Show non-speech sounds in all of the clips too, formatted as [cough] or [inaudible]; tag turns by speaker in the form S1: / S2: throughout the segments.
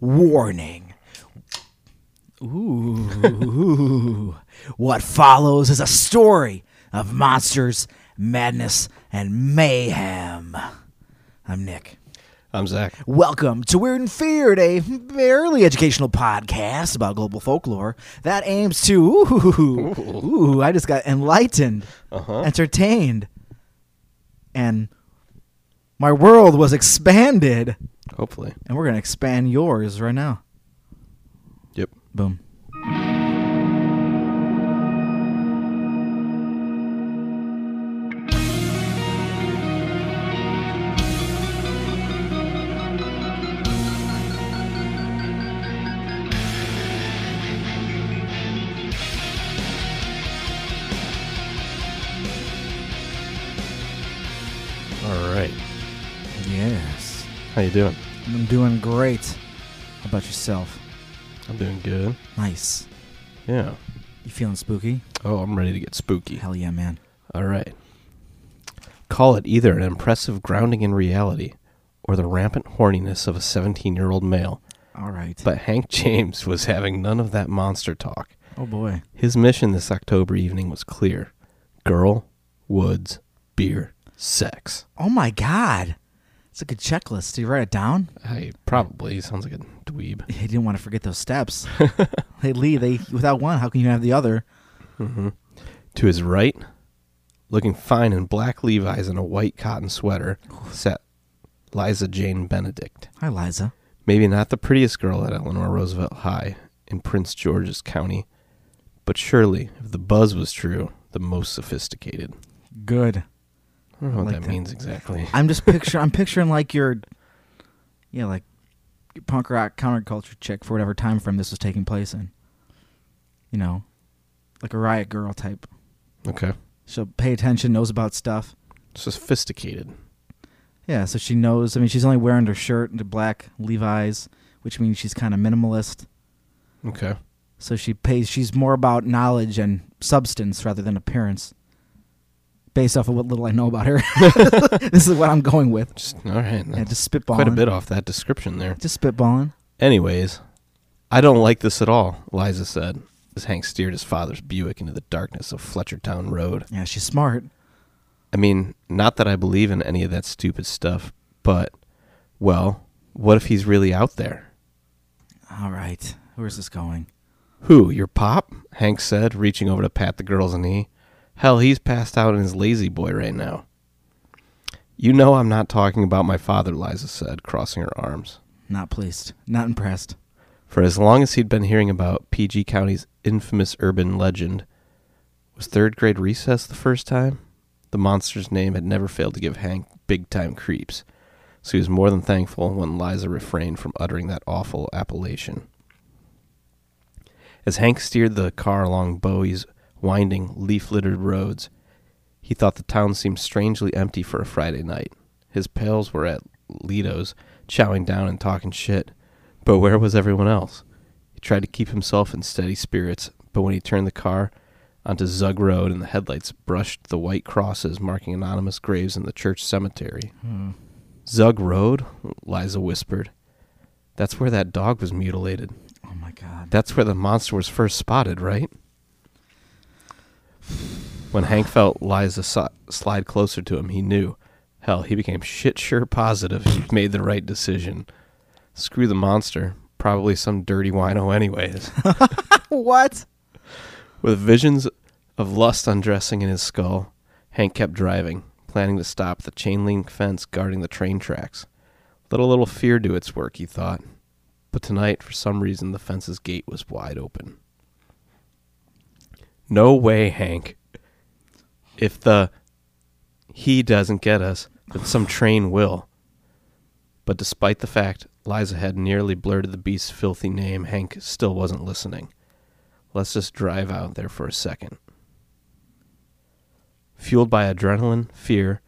S1: Warning. Ooh. [laughs] what follows is a story of monsters, madness, and mayhem. I'm Nick.
S2: I'm Zach.
S1: Welcome to Weird and Feared, a barely educational podcast about global folklore that aims to ooh, ooh I just got enlightened, entertained, and my world was expanded.
S2: Hopefully.
S1: And we're gonna expand yours right now.
S2: Yep.
S1: Boom.
S2: All right.
S1: Yes.
S2: How you doing?
S1: I'm doing great. How about yourself?
S2: I'm doing good.
S1: Nice.
S2: Yeah.
S1: You feeling spooky?
S2: Oh, I'm ready to get spooky.
S1: Hell yeah, man.
S2: All right. Call it either an impressive grounding in reality or the rampant horniness of a 17 year old male.
S1: All right.
S2: But Hank [laughs] James was having none of that monster talk.
S1: oh boy.
S2: His mission this October evening was clear girl, woods, beer, sex.
S1: Oh my god. It's like a checklist. Do you write it down?
S2: I probably sounds like a dweeb.
S1: He didn't want to forget those [laughs] steps. hey Lee, they without one, how can you have the other?
S2: To his right, looking fine in black Levi's and a white cotton sweater, sat Liza Jane Benedict.
S1: Hi, Liza.
S2: Maybe not the prettiest girl at Eleanor Roosevelt High in Prince George's County, but surely, if the buzz was true, the most sophisticated.
S1: Good.
S2: I don't know what
S1: like
S2: that,
S1: that.
S2: means exactly.
S1: I'm just picture. I'm picturing like your, yeah, like your punk rock counterculture chick for whatever time frame this was taking place in. You know, like a riot girl type.
S2: Okay.
S1: She'll pay attention, knows about stuff.
S2: Sophisticated.
S1: Yeah, so she knows. I mean, she's only wearing her shirt and the black Levi's, which means she's kind of minimalist.
S2: Okay.
S1: So she pays. She's more about knowledge and substance rather than appearance. Based off of what little I know about
S2: [laughs]
S1: her, [laughs] this is what I'm going with.
S2: Just, all right.
S1: Yeah,
S2: That's
S1: just spitballing.
S2: quite a bit off that description there.
S1: Just spitballing.
S2: Anyways, I don't like this at all, Liza said, as Hank steered his father's Buick into the darkness of Fletchertown Road.
S1: Yeah, she's smart.
S2: I mean, not that I believe in any of that stupid stuff, but, well, what if he's really out there?
S1: All right. Where's this going?
S2: Who, your pop? Hank said, reaching over to pat the girl's knee. Hell, he's passed out in his lazy boy right now. You know I'm not talking about my father, Liza said, crossing her arms.
S1: Not pleased. Not impressed.
S2: For as long as he'd been hearing about PG County's infamous urban legend, was third grade recess the first time? The monster's name had never failed to give Hank big time creeps, so he was more than thankful when Liza refrained from uttering that awful appellation. As Hank steered the car along Bowie's winding, leaf littered roads, he thought the town seemed strangely empty for a Friday night. His pals were at Lito's, chowing down and talking shit. But where was everyone else? He tried to keep himself in steady spirits, but when he turned the car onto Zug Road and the headlights brushed the white crosses marking anonymous graves in the church cemetery.
S1: Hmm.
S2: Zug Road? Liza whispered. That's where that dog was mutilated.
S1: Oh my god.
S2: That's where the monster was first spotted, right? When Hank felt Liza so- slide closer to him, he knew. Hell, he became shit sure positive he'd made the right decision. Screw the monster. Probably some dirty wino, anyways.
S1: What?
S2: With visions of lust undressing in his skull, Hank kept driving, planning to stop at the chain link fence guarding the train tracks. Let a little fear do its work, he thought. But tonight, for some reason, the fence's gate was wide open. No way, Hank. If the he doesn't get us, then some train will. But despite the fact Liza had nearly blurted the beast's filthy name, Hank still wasn't listening. Let's just drive out there for a second. Fueled by adrenaline, fear,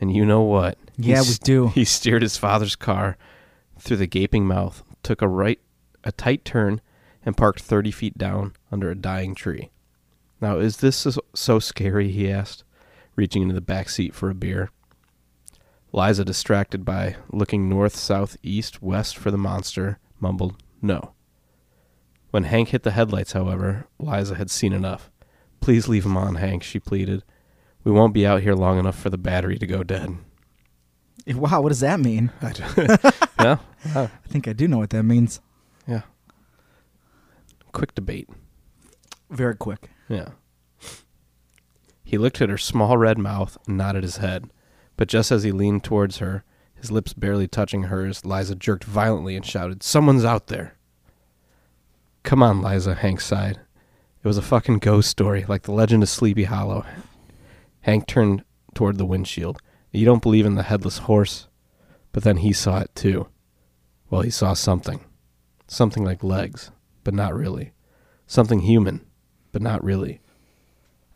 S2: and you know what? he
S1: Yeah, we
S2: s-
S1: do.
S2: He steered his father's car through the gaping mouth, took a right, a tight turn, and parked thirty feet down under a dying tree. Now, is this so- so scary? He asked, reaching into the back seat for a beer. Liza, distracted by looking north, south, east, west for the monster, mumbled, No. When Hank hit the headlights, however, Liza had seen enough. Please leave him on, Hank, she pleaded. We won't be out here long enough for the battery to go dead.
S1: Wow, what does that mean? I,
S2: yeah? Wow.
S1: think I do know what that means.
S2: Yeah. Quick debate.
S1: Very quick.
S2: Yeah. He looked at her small red mouth and nodded his head, but just as he leaned towards her, his lips barely touching hers, Liza jerked violently and shouted, Someone's out there. Come on, Liza, Hank sighed. It was a fucking ghost story, like the legend of Sleepy Hollow. Hank turned toward the windshield. You don't believe in the headless horse? But then he saw it too. Well, he saw something. Something like legs, but not really. Something human, but not really.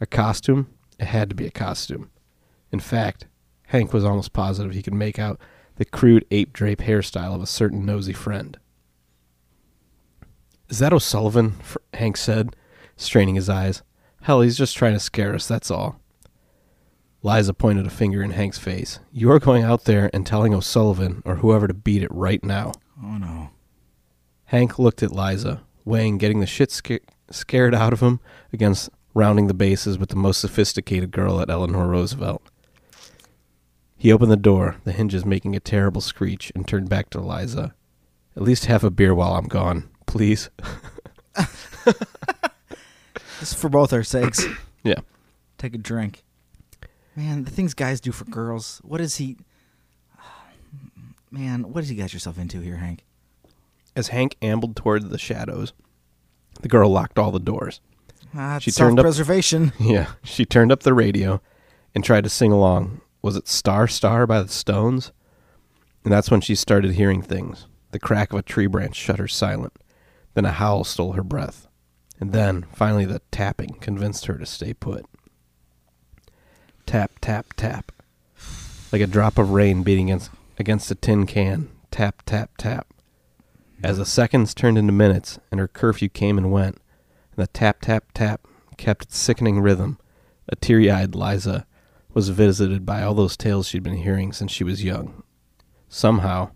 S2: A costume? It had to be a costume. In fact, Hank was almost positive he could make out the crude ape drape hairstyle of a certain nosy friend. Is that O'Sullivan? Fr- Hank said, straining his eyes. Hell, he's just trying to scare us, that's all. Liza pointed a finger in Hank's face. You're going out there and telling O'Sullivan or whoever to beat it right now.
S1: Oh no.
S2: Hank looked at Liza, weighing getting the shit sca- scared out of him against rounding the bases with the most sophisticated girl at Eleanor Roosevelt. He opened the door, the hinges making a terrible screech, and turned back to Liza. At least have a beer while I'm gone, please.
S1: This is for both our sakes.
S2: Yeah.
S1: Take a drink. Man, the things guys do for girls. What is he? Man, what has he got yourself into here, Hank?
S2: As Hank ambled toward the shadows, the girl locked all the doors.
S1: Ah,
S2: She
S1: she
S2: turned up-
S1: preservation.
S2: [laughs] Yeah, she turned up the radio and tried to sing along. Was it Star Star by the Stones? And that's when she started hearing things. The crack of a tree branch shut her silent. Then a howl stole her breath. And then, finally, the tapping convinced her to stay put. Tap, tap, tap. Like a drop of rain beating against, against a tin can. Tap, tap, tap. As the seconds turned into minutes and her curfew came and went, and the tap, tap, tap kept its sickening rhythm, a teary eyed Liza was visited by all those tales she'd been hearing since she was young. Somehow,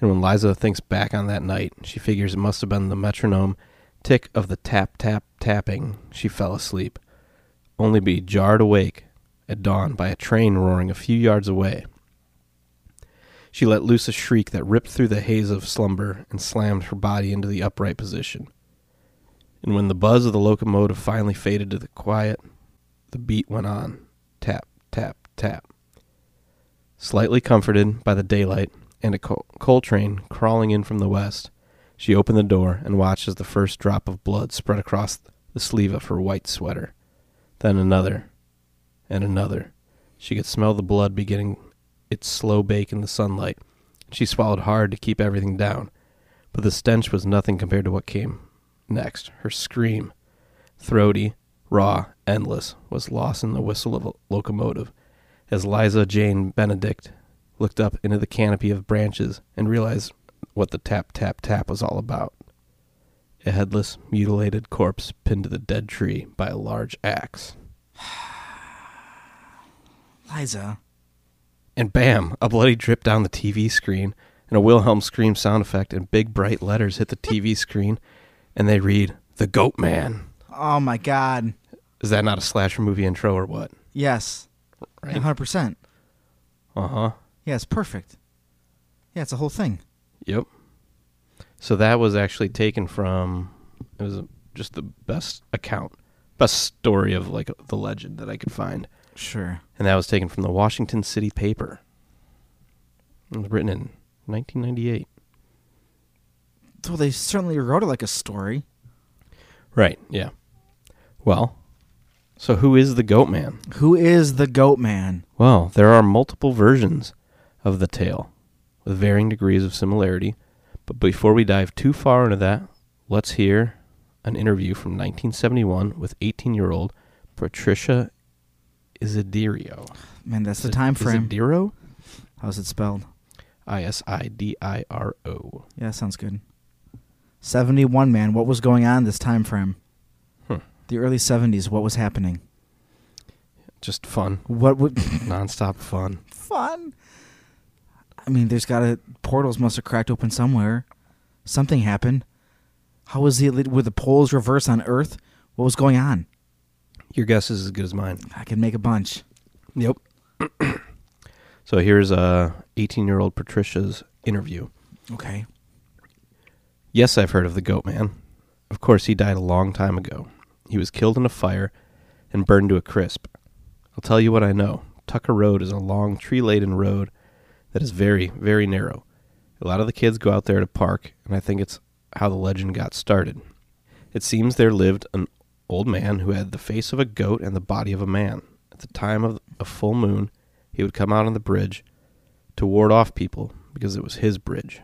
S2: and when Liza thinks back on that night, she figures it must have been the metronome tick of the tap, tap, tapping, she fell asleep, only to be jarred awake at dawn by a train roaring a few yards away. She let loose a shriek that ripped through the haze of slumber and slammed her body into the upright position. And when the buzz of the locomotive finally faded to the quiet, the beat went on tap, tap, tap. Slightly comforted by the daylight and a coal, coal train crawling in from the west, she opened the door and watched as the first drop of blood spread across the sleeve of her white sweater. Then another, and another. She could smell the blood beginning its slow bake in the sunlight. She swallowed hard to keep everything down, but the stench was nothing compared to what came next. Her scream, throaty, raw, endless, was lost in the whistle of a locomotive as Liza Jane Benedict looked up into the canopy of branches and realized what the tap, tap, tap was all about. A headless, mutilated corpse pinned to the dead tree by a large axe.
S1: Liza.
S2: And bam, a bloody drip down the TV screen, and a Wilhelm scream sound effect and big bright letters hit the TV screen, and they read, The Goat Man.
S1: Oh my God.
S2: Is that not a slasher movie intro or what?
S1: Yes.
S2: Right.
S1: One hundred percent.
S2: Uh huh.
S1: Yeah, it's perfect. Yeah, it's a whole thing.
S2: Yep. So that was actually taken from. It was just the best account, best story of like the legend that I could find,
S1: Sure.
S2: and that was taken from the Washington City Paper. It was written in 1998.
S1: Well, they certainly wrote it like a story.
S2: Right. Yeah. Well, so who is the Goat Man?
S1: Who is the Goat Man?
S2: Well, there are multiple versions of the tale with varying degrees of similarity. But before we dive too far into that, let's hear an interview from 1971 with 18 year old Patricia Isidirio.
S1: Man, that's the time frame.
S2: Isidiro?
S1: How's it spelled?
S2: I S I D I R O.
S1: Yeah, sounds good. Seventy-one, man. What was going on this time frame?
S2: Hmm.
S1: The early seventies. What was happening?
S2: Just
S1: [coughs]
S2: fun,
S1: What would [laughs]
S2: nonstop fun.
S1: fun? I mean, there's got to portals must have cracked open somewhere. Something happened. How was the were the poles reversed on Earth? What was going on?
S2: Your guess is as good as mine.
S1: I could make a bunch.
S2: Yep. [coughs] so here's uh, 18 year old Patricia's interview.
S1: Okay.
S2: Yes, I've heard of the goat man. Of course, he died a long time ago. He was killed in a fire and burned to a crisp. I'll tell you what I know. Tucker Road is a long, tree laden road that is very, very narrow. A lot of the kids go out there to park, and I think it's how the legend got started. It seems there lived an old man who had the face of a goat and the body of a man. At the time of a full moon, he would come out on the bridge to ward off people because it was his bridge.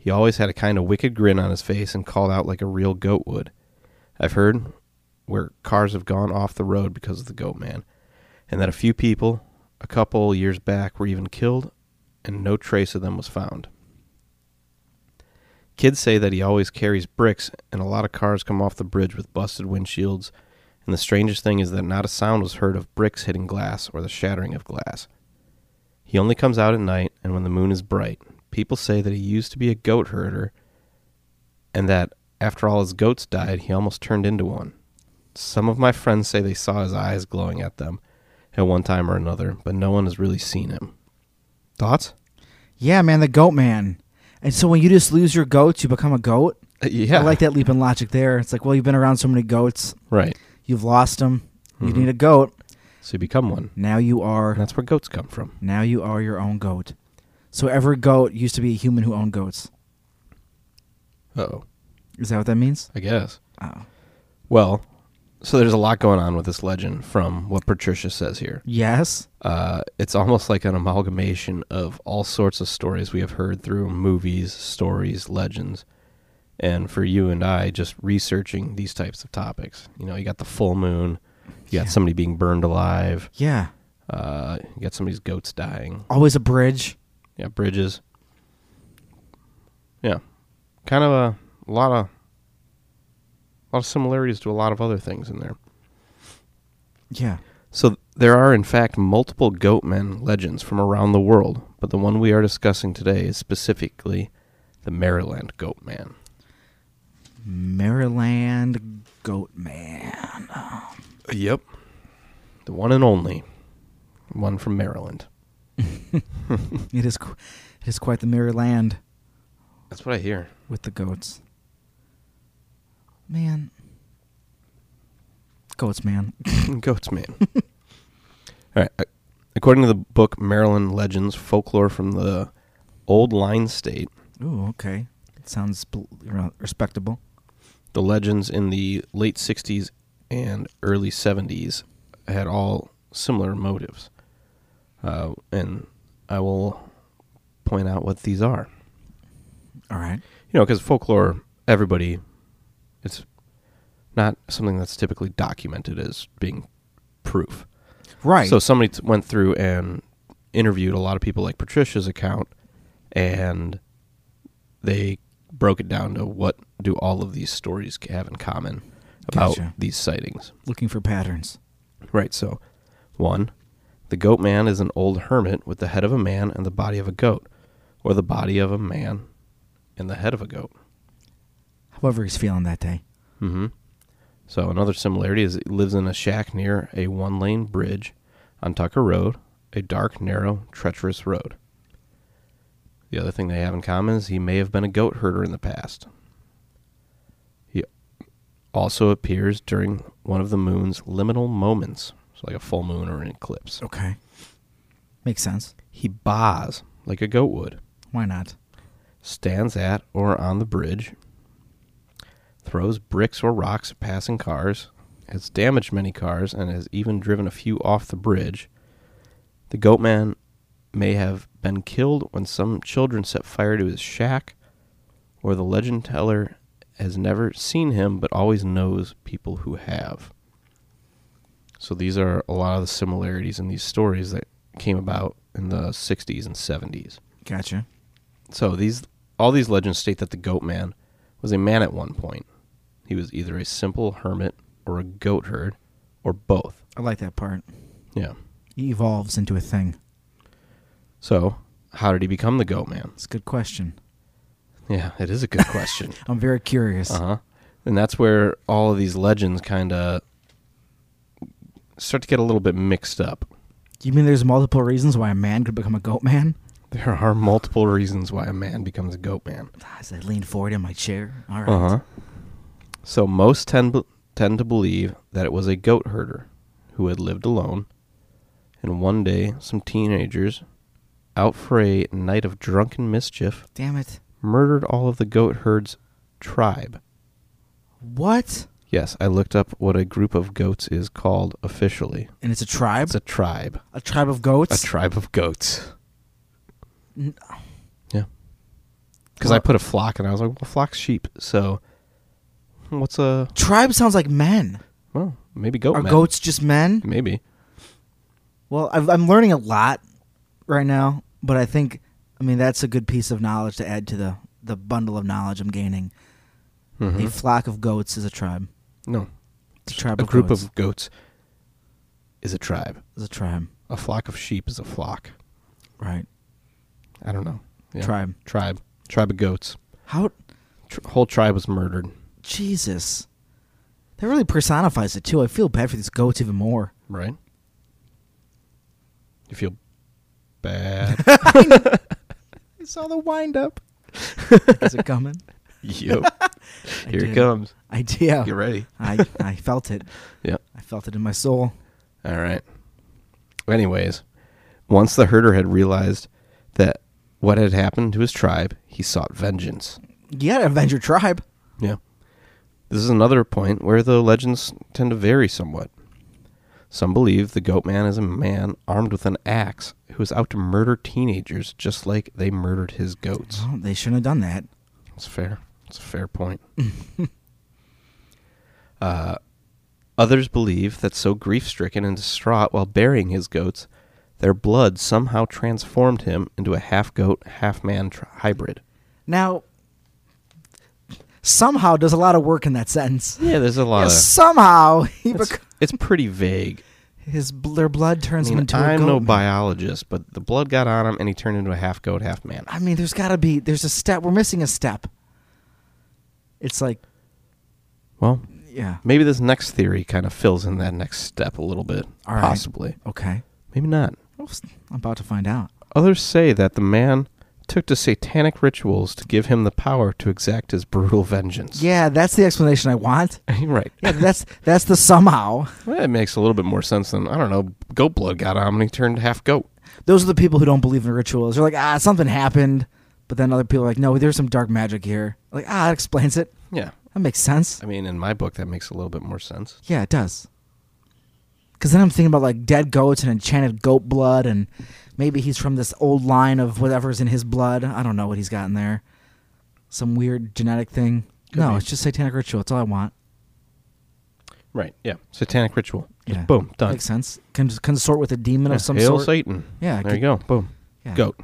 S2: He always had a kind of wicked grin on his face and called out like a real goat would. I've heard where cars have gone off the road because of the goat man, and that a few people, a couple years back, were even killed, and no trace of them was found. Kids say that he always carries bricks, and a lot of cars come off the bridge with busted windshields. And the strangest thing is that not a sound was heard of bricks hitting glass or the shattering of glass. He only comes out at night and when the moon is bright. People say that he used to be a goat herder and that after all his goats died, he almost turned into one. Some of my friends say they saw his eyes glowing at them at one time or another, but no one has really seen him. Thoughts?
S1: Yeah, man, the goat man. And so when you just lose your goats, you become a goat.
S2: Uh, Yeah.
S1: I like that leap in logic there. It's like, well, you've been around so many goats,
S2: [laughs] Right.
S1: you've lost them. You
S2: Mhm.
S1: need a goat.
S2: So you become one.
S1: Now you
S2: And
S1: are.
S2: that's where goats come from.
S1: Now you are your own goat. So every goat used to be a human who owned goats.
S2: Oh,
S1: Is that what that means?
S2: I guess.
S1: Oh,
S2: Well, so there's a lot going on with this legend from what Patricia says here.
S1: yes.
S2: Uh, it's almost like an amalgamation of all sorts of stories we have heard through movies, stories, legends. And for you and I, just researching these types of topics. You know, you got the full moon, you
S1: Yeah.
S2: got somebody being burned alive,
S1: Yeah.
S2: uh, you got somebody's goats dying,
S1: Always a bridge.
S2: yeah, bridges. Yeah, kind of a lot of lot of similarities to a lot of other things in there.
S1: Yeah.
S2: So th- there are, in fact, multiple goatmen legends from around the world, but the one we are discussing today is specifically the Maryland goatman.
S1: Maryland goat man.
S2: Yep. The one and only one from Maryland.
S1: It is. qu- It is quite the Maryland
S2: That's what I hear. [laughs]
S1: with the goats. Man. Goats, man.
S2: Goats man. All right. a- According to the book Maryland Legends Folklore from the Old Line State,
S1: [laughs] Ooh, okay. Sounds bel- re- respectable.
S2: the legends in the late 60s and early 70s had all similar motives. Uh, and I will point out what these are.
S1: All right.
S2: You know, because folklore, everybody, it's not something that's typically documented as being proof.
S1: Right.
S2: So somebody t- went through and interviewed a lot of people like Patricia's account, and they broke it down to what do all of these stories have in common about
S1: Gotcha.
S2: these sightings.
S1: looking for patterns.
S2: Right. So, one, the goat man is an old hermit with the head of a man and the body of a goat, or the body of a man and the head of a goat.
S1: However, he's feeling that day.
S2: Mm-hmm. So another similarity is it lives in a shack near a one-lane bridge on Tucker Road, a dark, narrow, treacherous road. The other thing they have in common is he may have been a goat herder in the past. He also appears during one of the moon's liminal moments, so like a full moon or an eclipse.
S1: Okay. Makes sense.
S2: He baas like a goat would
S1: Why not?
S2: stands at or on the bridge, throws bricks or rocks at passing cars, has damaged many cars, and has even driven a few off the bridge. The goat man may have been killed when some children set fire to his shack, or the legend teller has never seen him but always knows people who have. So these are a lot of the similarities in these stories that came about in the 60s and 70s.
S1: Gotcha.
S2: So these all these legends state that the goat man was a man at one point. He was either a simple hermit or a goat herd or both.
S1: I like that part.
S2: Yeah.
S1: He evolves into a thing.
S2: So, how did he become the goat man?
S1: It's a good question.
S2: Yeah, it is a good [laughs] question.
S1: I'm very curious.
S2: Uh huh. And that's where all of these legends kind of start to get a little bit mixed up.
S1: You mean there's multiple reasons why a man could become a goat man?
S2: There are multiple reasons why a man becomes a goat man.
S1: Ah, As I leaned forward in my chair. All right.
S2: Uh huh. So most tend, tend to believe that it was a goat herder who had lived alone, and one day some teenagers, out for a night of drunken mischief,
S1: Damn it.
S2: murdered all of the goat herd's tribe.
S1: What?
S2: Yes, I looked up what a group of goats is called officially.
S1: And it's a tribe?
S2: It's a tribe.
S1: a tribe of goats?
S2: A tribe of goats.
S1: N-
S2: Yeah. Because I put a flock, and I was like, well, flock's sheep. So, what's a
S1: tribe sounds like men.
S2: well? Maybe goat.
S1: Are
S2: men.
S1: goats just men?
S2: Maybe.
S1: Well, I've, I'm learning a lot right now, but I think, I mean, that's a good piece of knowledge to add to the, the bundle of knowledge I'm gaining. A
S2: Mhm.
S1: flock of goats is a tribe.
S2: No,
S1: It's a tribe
S2: a
S1: of
S2: group
S1: goats.
S2: of goats is a tribe.
S1: is a tribe,
S2: A flock of sheep is a flock.
S1: right?
S2: I don't know. Yeah.
S1: Tribe.
S2: Tribe. Tribe of goats.
S1: How?
S2: Tr- whole tribe was murdered.
S1: Jesus. That really personifies it, too. I feel bad for these goats even more. [laughs]
S2: Right. You feel [laughs] bad. I saw the wind up.
S1: Is it coming?
S2: [laughs]
S1: I
S2: Yep. Here Uh-huh.
S1: did.
S2: it comes.
S1: I did. yeah.
S2: Get ready.
S1: I,
S2: [laughs]
S1: I felt it.
S2: Yep.
S1: I felt it in my soul.
S2: All right. Anyways, once the herder had realized that what had happened to his tribe, he sought vengeance.
S1: You gotta avenge your tribe.
S2: Yeah. This is another point where the legends tend to vary somewhat. Some believe the goat man is a man armed with an axe who is out to murder teenagers just like they murdered his goats.
S1: Well, they shouldn't have done that.
S2: It's fair. It's a fair point. [laughs] uh, others believe that so grief stricken and distraught while burying his goats, their blood somehow transformed him into a half goat, half man tr- hybrid.
S1: Now, somehow does a lot of work in that sentence.
S2: Yeah, there's a lot
S1: Yeah, somehow he
S2: of. [laughs]
S1: [laughs]
S2: It's,
S1: bec-
S2: it's pretty vague.
S1: his bl- their blood
S2: I
S1: turns him
S2: mean,
S1: into a
S2: I'm
S1: goat.
S2: no
S1: man.
S2: biologist, but the blood got on him and he turned into a half goat, half man.
S1: I mean, there's gotta be there's a step we're missing a step. It's like
S2: Well,
S1: yeah
S2: maybe this next theory kind of fills in that next step a little bit.
S1: All right.
S2: possibly.
S1: okay.
S2: Maybe not.
S1: Well, s- I'm about to find out.
S2: Others say that the man took to satanic rituals to give him the power to exact his brutal vengeance. [laughs]
S1: Yeah, that's the explanation I want.
S2: right.
S1: Yeah, that's that's the somehow.
S2: [laughs] Well, that makes a little bit more sense than I don't know. Goat blood got on him and he turned half goat.
S1: Those are the people who don't believe in rituals. They're like, ah, something happened, but then other people are like, no, there's some dark magic here. Like, ah, that explains it.
S2: Yeah.
S1: That makes sense.
S2: I mean, in my book, that makes a little bit more sense.
S1: Yeah, it does. Because then I'm thinking about like dead goats and enchanted goat blood, and maybe he's from this old line of whatever's in his blood. I don't know what he's got in there. Some weird genetic thing.
S2: Could
S1: no,
S2: be.
S1: it's just satanic ritual. It's all I want.
S2: Right. Yeah. Satanic ritual. Just
S1: Yeah.
S2: boom. Done.
S1: Makes sense. Con- consort with a demon
S2: Yeah,
S1: of some
S2: Hail
S1: sort.
S2: Satan.
S1: Yeah,
S2: There
S1: get-
S2: you go. Boom.
S1: Yeah.
S2: Goat.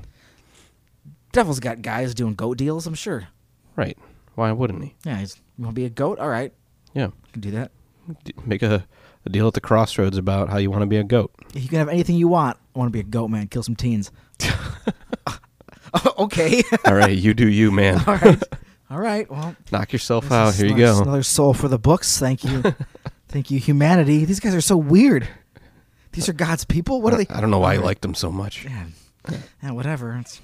S1: Devil's got guys doing goat deals. I'm sure.
S2: Right. Why wouldn't he?
S1: Yeah, he's, you want to be a goat? All right,
S2: Yeah.
S1: you can do that.
S2: D- make a, a deal at the crossroads about how you want to be a goat.
S1: [laughs] If you can have anything you want, I want to be a goat man. Kill some
S2: [laughs]
S1: teens. [laughs] okay. [laughs]
S2: All right. You do you, man.
S1: All right. All right. Well,
S2: Knock yourself
S1: this
S2: out.
S1: is
S2: Here you
S1: another-
S2: go.
S1: Another soul for the books. Thank
S2: [laughs]
S1: you. Thank you, humanity. These guys are so weird. These are God's people. What are they?
S2: [laughs]
S1: [laughs]
S2: I don't know why I
S1: All right.
S2: liked them so much.
S1: Yeah. Yeah, whatever. It's,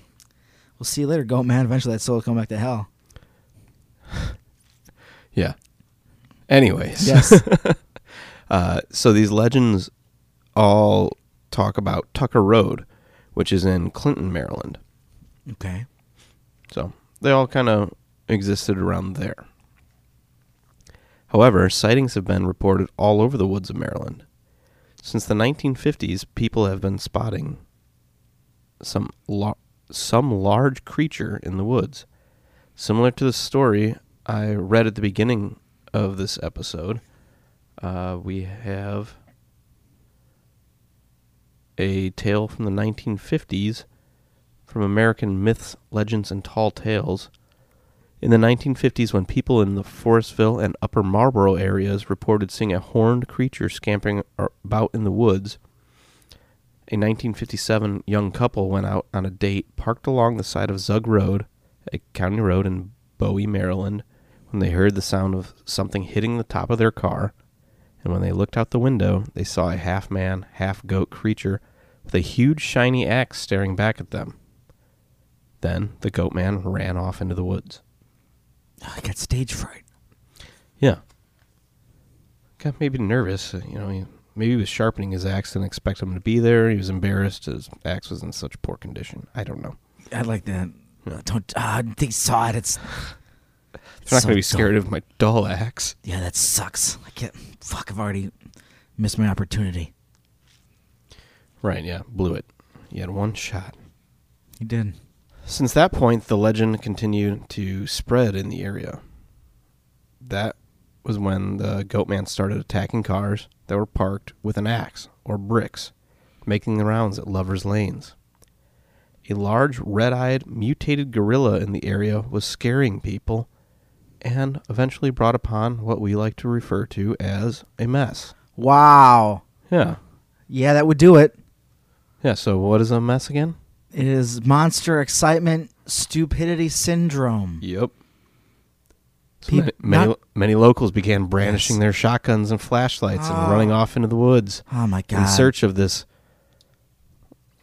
S1: we'll see you later, goat man. Eventually, that soul will come back to hell.
S2: Yeah. Anyways.
S1: Yes.
S2: [laughs] Uh, so these legends all talk about Tucker Road, which is in Clinton, Maryland.
S1: okay.
S2: So they all kind of existed around there. However, sightings have been reported all over the woods of Maryland. Since the 1950s, people have been spotting some lar- some large creature in the woods, similar to the story I read at the beginning of this episode. Uh, we have a tale from the 1950s from American myths, legends, and tall tales. In the 1950s, when people in the Forestville and Upper Marlboro areas reported seeing a horned creature scampering ar- about in the woods, a 1957 young couple went out on a date, parked along the side of Zug Road, a county road in Bowie, Maryland, when they heard the sound of something hitting the top of their car, and when they looked out the window, they saw a half man, half goat creature with a huge shiny axe staring back at them. Then the goat man ran off into the woods.
S1: Oh, I got stage fright.
S2: Yeah. Got maybe nervous. uh, You know, he, maybe he was sharpening his axe and expect him to be there. He was embarrassed. His axe was in such poor condition. I don't know.
S1: I'd like to. Don't. Uh, they saw it. It's.
S2: I'm not going to be
S1: so
S2: scared of my dull axe.
S1: dumb. Yeah, that sucks. I can't. Fuck, I've already missed my opportunity.
S2: Right, yeah. Blew it. You had one shot.
S1: You did.
S2: Since that point, the legend continued to spread in the area. That was when the goat man started attacking cars that were parked with an axe or bricks, making the rounds at lovers' lanes. A large, red eyed, mutated gorilla in the area was scaring people and eventually brought upon what we like to refer to as a mess.
S1: Wow.
S2: Yeah.
S1: Yeah, that would do it.
S2: Yeah, so what is a mess again?
S1: It is monster excitement stupidity syndrome.
S2: Yep. So
S1: Peop-
S2: many, many,
S1: not-
S2: many locals began brandishing
S1: Yes.
S2: their shotguns and flashlights
S1: Ah.
S2: and running off into the woods
S1: Oh my god.
S2: in search of this.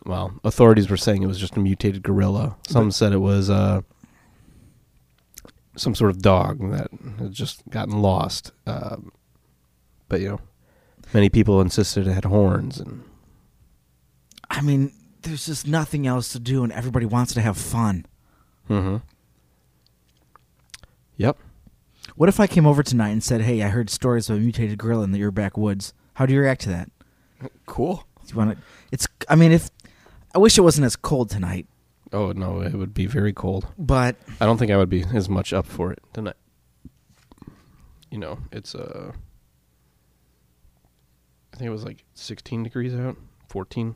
S2: Well, authorities were saying it was just a mutated gorilla. Some said it was uh, some sort of dog that had just gotten lost. Um, but you know, many people insisted it had horns, and
S1: I mean, there's just nothing else to do, and everybody wants to have fun.
S2: mm-hmm. yep,
S1: What if I came over tonight and said, "Hey, I heard stories of a mutated gorilla in the Urbac woods. How do you react to that?
S2: cool.
S1: Do you want to? It's. I mean, if I wish it wasn't as cold tonight,
S2: Oh no, it would be very cold.
S1: but
S2: I don't think I would be as much up for it tonight. You know, it's uh I think it was like 16 degrees out, 14.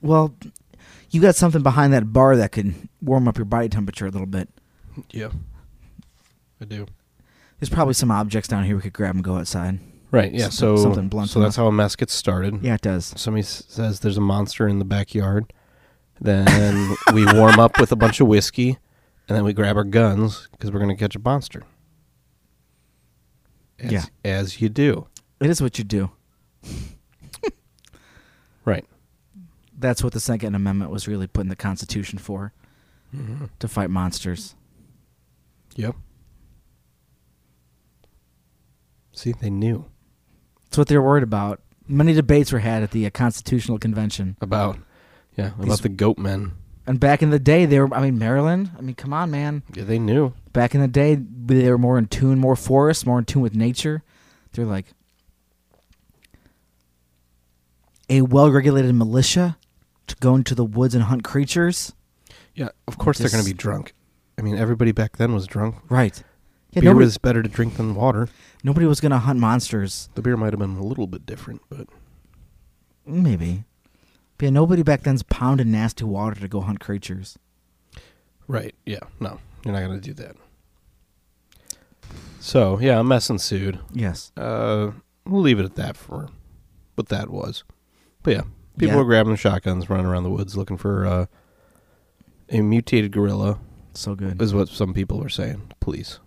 S1: well, you got something behind that bar that could warm up your body temperature a little bit.
S2: Yeah. I do.
S1: There's probably some objects down here we could grab and go outside.
S2: Right, yeah.
S1: Something-
S2: So
S1: something blunt
S2: so that's how a mess gets started.
S1: Yeah, it does.
S2: Somebody s- says there's a monster in the backyard. Then [laughs] we warm up with a bunch of whiskey and then we grab our guns cuz we're going to catch a monster. As,
S1: Yeah.
S2: as you do.
S1: It is what you do.
S2: Right.
S1: That's what the Second Amendment was really put in the Constitution for,
S2: Mm-hmm.
S1: to fight monsters.
S2: Yep. See, they knew
S1: That's what they're worried about. Many debates were had at the uh, Constitutional Convention,
S2: about, yeah, about
S1: These-
S2: the goat men.
S1: and back in the day, they were. I mean, Maryland. I mean, come on, man.
S2: Yeah, they knew.
S1: Back in the day, they were more in tune, more forest, more in tune with nature. They're like a well-regulated militia to go into the woods and hunt creatures.
S2: Yeah, of course they're going to
S1: Just-
S2: be drunk. I mean, everybody back then was drunk.
S1: Right. Yeah,
S2: beer
S1: nobody,
S2: was better to drink than water.
S1: nobody was going to hunt monsters.
S2: The beer might have been a little bit different, but
S1: Maybe. But yeah, nobody back then's pounding nasty water to go hunt creatures.
S2: right. Yeah, no, you're not going to do that. So yeah, a mess ensued.
S1: Yes.
S2: Uh, we'll leave it at that for what that was. But yeah,
S1: Yeah.
S2: people were grabbing shotguns, running around the woods looking for uh, a mutated gorilla.
S1: So good.
S2: Is what some people were saying. Police,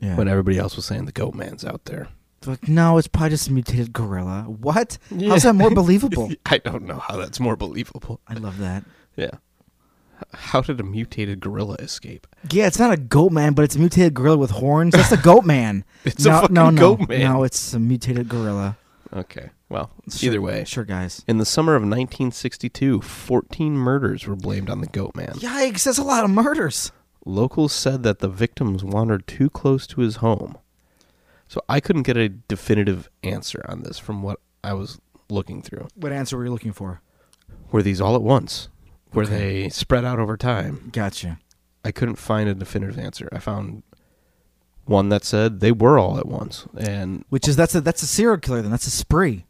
S1: yeah.
S2: when everybody else was saying the goat man's
S1: [laughs]
S2: out there.
S1: They're Like, no, it's probably just a mutated gorilla. What?
S2: Yeah.
S1: How's that
S2: [laughs]
S1: more believable?
S2: I don't know how that's more believable.
S1: I love that.
S2: Yeah. H- How did a mutated gorilla escape? [laughs]
S1: Yeah, it's not a goat man, but it's a mutated gorilla with horns. That's the goat man.
S2: [laughs] It's a fucking
S1: no, no,
S2: goat man.
S1: No, it's a mutated gorilla.
S2: Okay. Well,
S1: Sure-
S2: either way.
S1: Sure, guys.
S2: In the summer of 1962, 14 murders were blamed on the goat man.
S1: Yikes, that's a lot of murders.
S2: Locals said that the victims wandered too close to his home. So I couldn't get a definitive answer on this from what I was looking through.
S1: What answer were you looking for?
S2: Were these all at once? Were
S1: Okay.
S2: they spread out over time?
S1: Gotcha.
S2: I couldn't find a definitive answer. I found one that said they were all at once, and
S1: Which is that's a that's a serial killer then. That's a spree.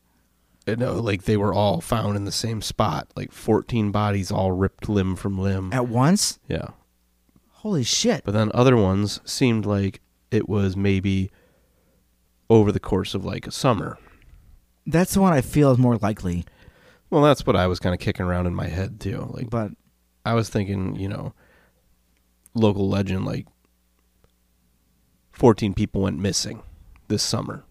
S2: you know, like they were all found in the same spot, like fourteen bodies, all ripped limb from limb.
S1: At once?
S2: Yeah,
S1: Holy shit.
S2: but then other ones seemed like it was maybe over the course of like a summer.
S1: That's the one I feel is more likely.
S2: Well, that's what I was kind of kicking around in my head too. Like
S1: But
S2: I was thinking, you know, local legend like 14 people went missing this summer.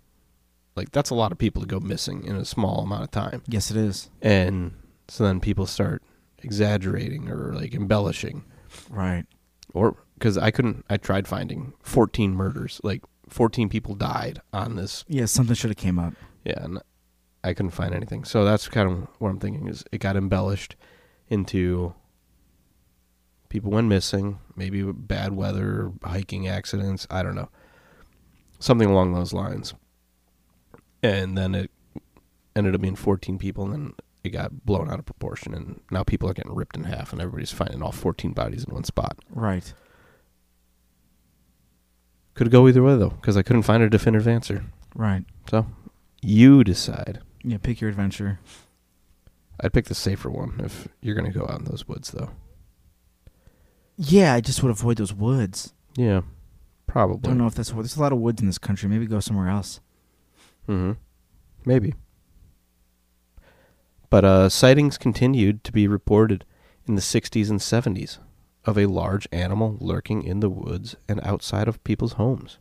S2: Like that's a lot of people to go missing in a small amount of time.
S1: Yes, it is.
S2: And so then people start exaggerating or like embellishing
S1: Right.
S2: or cuz I couldn't I tried finding 14 murders. Like 14 people died on this
S1: Yeah, something should have came up.
S2: yeah, and I couldn't find anything. So that's kind of what I'm thinking is it got embellished into people went missing, maybe with bad weather, hiking accidents, I don't know. Something along those lines. And then it ended up being 14 people and then it got blown out of proportion and now people are getting ripped in half and everybody's finding all 14 bodies in one spot.
S1: Right.
S2: Could go either way though cuz I couldn't find a definitive answer.
S1: Right.
S2: So, you decide.
S1: Yeah, pick your adventure.
S2: I'd pick the safer one if you're gonna go out in those woods, though.
S1: Yeah, I just would avoid those woods.
S2: Yeah, probably.
S1: Don't know if that's what. There's a lot of woods in this country. Maybe go somewhere else.
S2: Mm-hmm. Maybe. But uh, sightings continued to be reported in the 60s and 70s of a large animal lurking in the woods and outside of people's homes.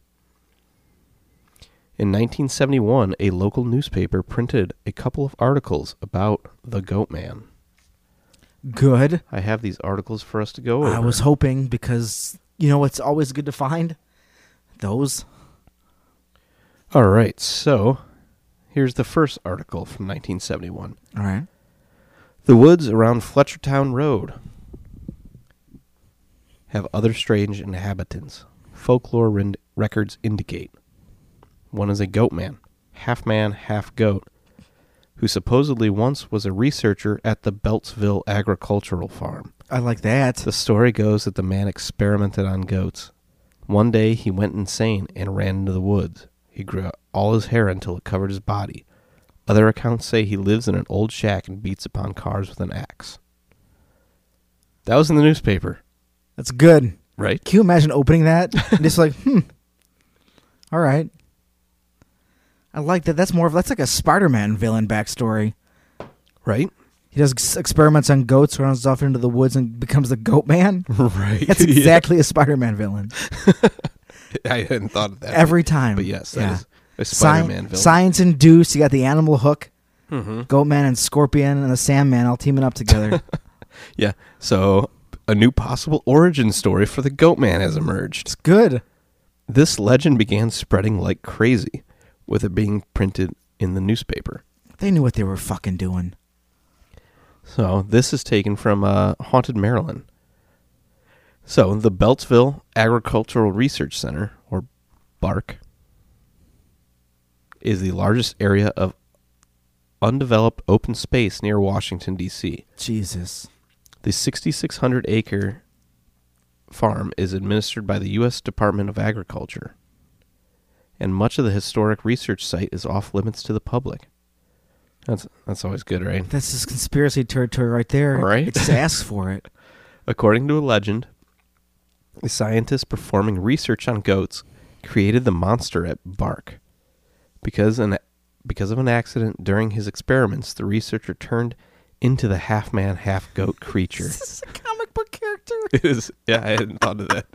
S2: In 1971, a local newspaper printed a couple of articles about the goat man.
S1: Good.
S2: I have these articles for us to go over.
S1: I was hoping because you know what's always good to find those.
S2: All right, so here's the first article from 1971.
S1: All right.
S2: The woods around Fletchertown Road have other strange inhabitants. Folklore rend- records indicate. One is a goat man, half man, half goat, who supposedly once was a researcher at the Beltsville Agricultural Farm.
S1: I like that.
S2: The story goes that the man experimented on goats. One day he went insane and ran into the woods. He grew out all his hair until it covered his body. Other accounts say he lives in an old shack and beats upon cars with an axe. That was in the newspaper,
S1: That's good.
S2: right?
S1: Can you imagine opening that? [laughs] and just like, hmm. All right. I like that. That's more of that's like a Spider-Man villain backstory.
S2: Right?
S1: He does ex- experiments on goats, runs off into the woods, and becomes the Goat Man.
S2: [laughs] right. [laughs]
S1: That's exactly a Spider-Man villain.
S2: I hadn't thought of that.
S1: Every time.
S2: but yes, that is a
S1: Sci-
S2: Spider-Man villain.
S1: Science induced. You got the animal hook,
S2: hmm
S1: Goat Man, and Scorpion, and the Sandman all teaming up
S2: [laughs]
S1: together.
S2: Yeah. So, a new possible origin story for the goat man has emerged.
S1: it's good.
S2: This legend began spreading like crazy, with it being printed in the newspaper.
S1: They knew what they were fucking doing.
S2: So this is taken from uh, Haunted Maryland. So the Beltsville Agricultural Research Center, or BARC, is the largest area of undeveloped open space near Washington, D.C.
S1: Jesus.
S2: The 6,600 acre farm is administered by the U.S. Department of Agriculture, and much of the historic research site is off limits to the public. That's, that's always good, right?
S1: That's just conspiracy territory right there.
S2: Right?
S1: It just asks for
S2: [laughs]
S1: it.
S2: According to a legend, a scientist performing research on goats created the monster at Bark. Because an because of an accident during his experiments, the researcher turned into the half man, half
S1: [laughs]
S2: goat creature.
S1: This is a comic book character.
S2: [laughs] It is. Yeah, I hadn't thought of that.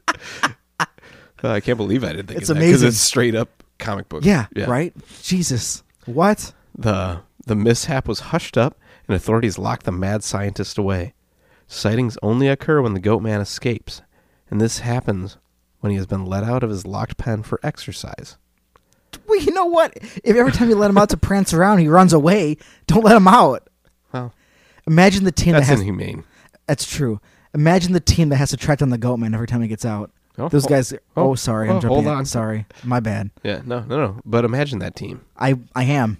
S2: Uh, I can't believe I didn't think
S1: It's
S2: of that because
S1: amazing.
S2: it's straight up comic book.
S1: Yeah, right? Jesus. What?
S2: The the mishap was hushed up, and authorities locked the mad scientist away. Sightings only occur when the goat man escapes, and this happens when he has been let out of his locked pen for exercise.
S1: Well, you know what? If every time you let him out to prance around, he runs away, don't let him out.
S2: Well,
S1: Imagine the team
S2: that's
S1: that has.
S2: inhumane.
S1: That's true. Imagine the team that has to track down the goat man every time he gets out.
S2: Oh,
S1: Those
S2: oh,
S1: guys. Oh,
S2: oh,
S1: sorry.
S2: oh,
S1: I'm jumping.
S2: hold
S1: in.
S2: on.
S1: Sorry. My bad.
S2: Yeah, no, no, no. But imagine that team.
S1: I I am.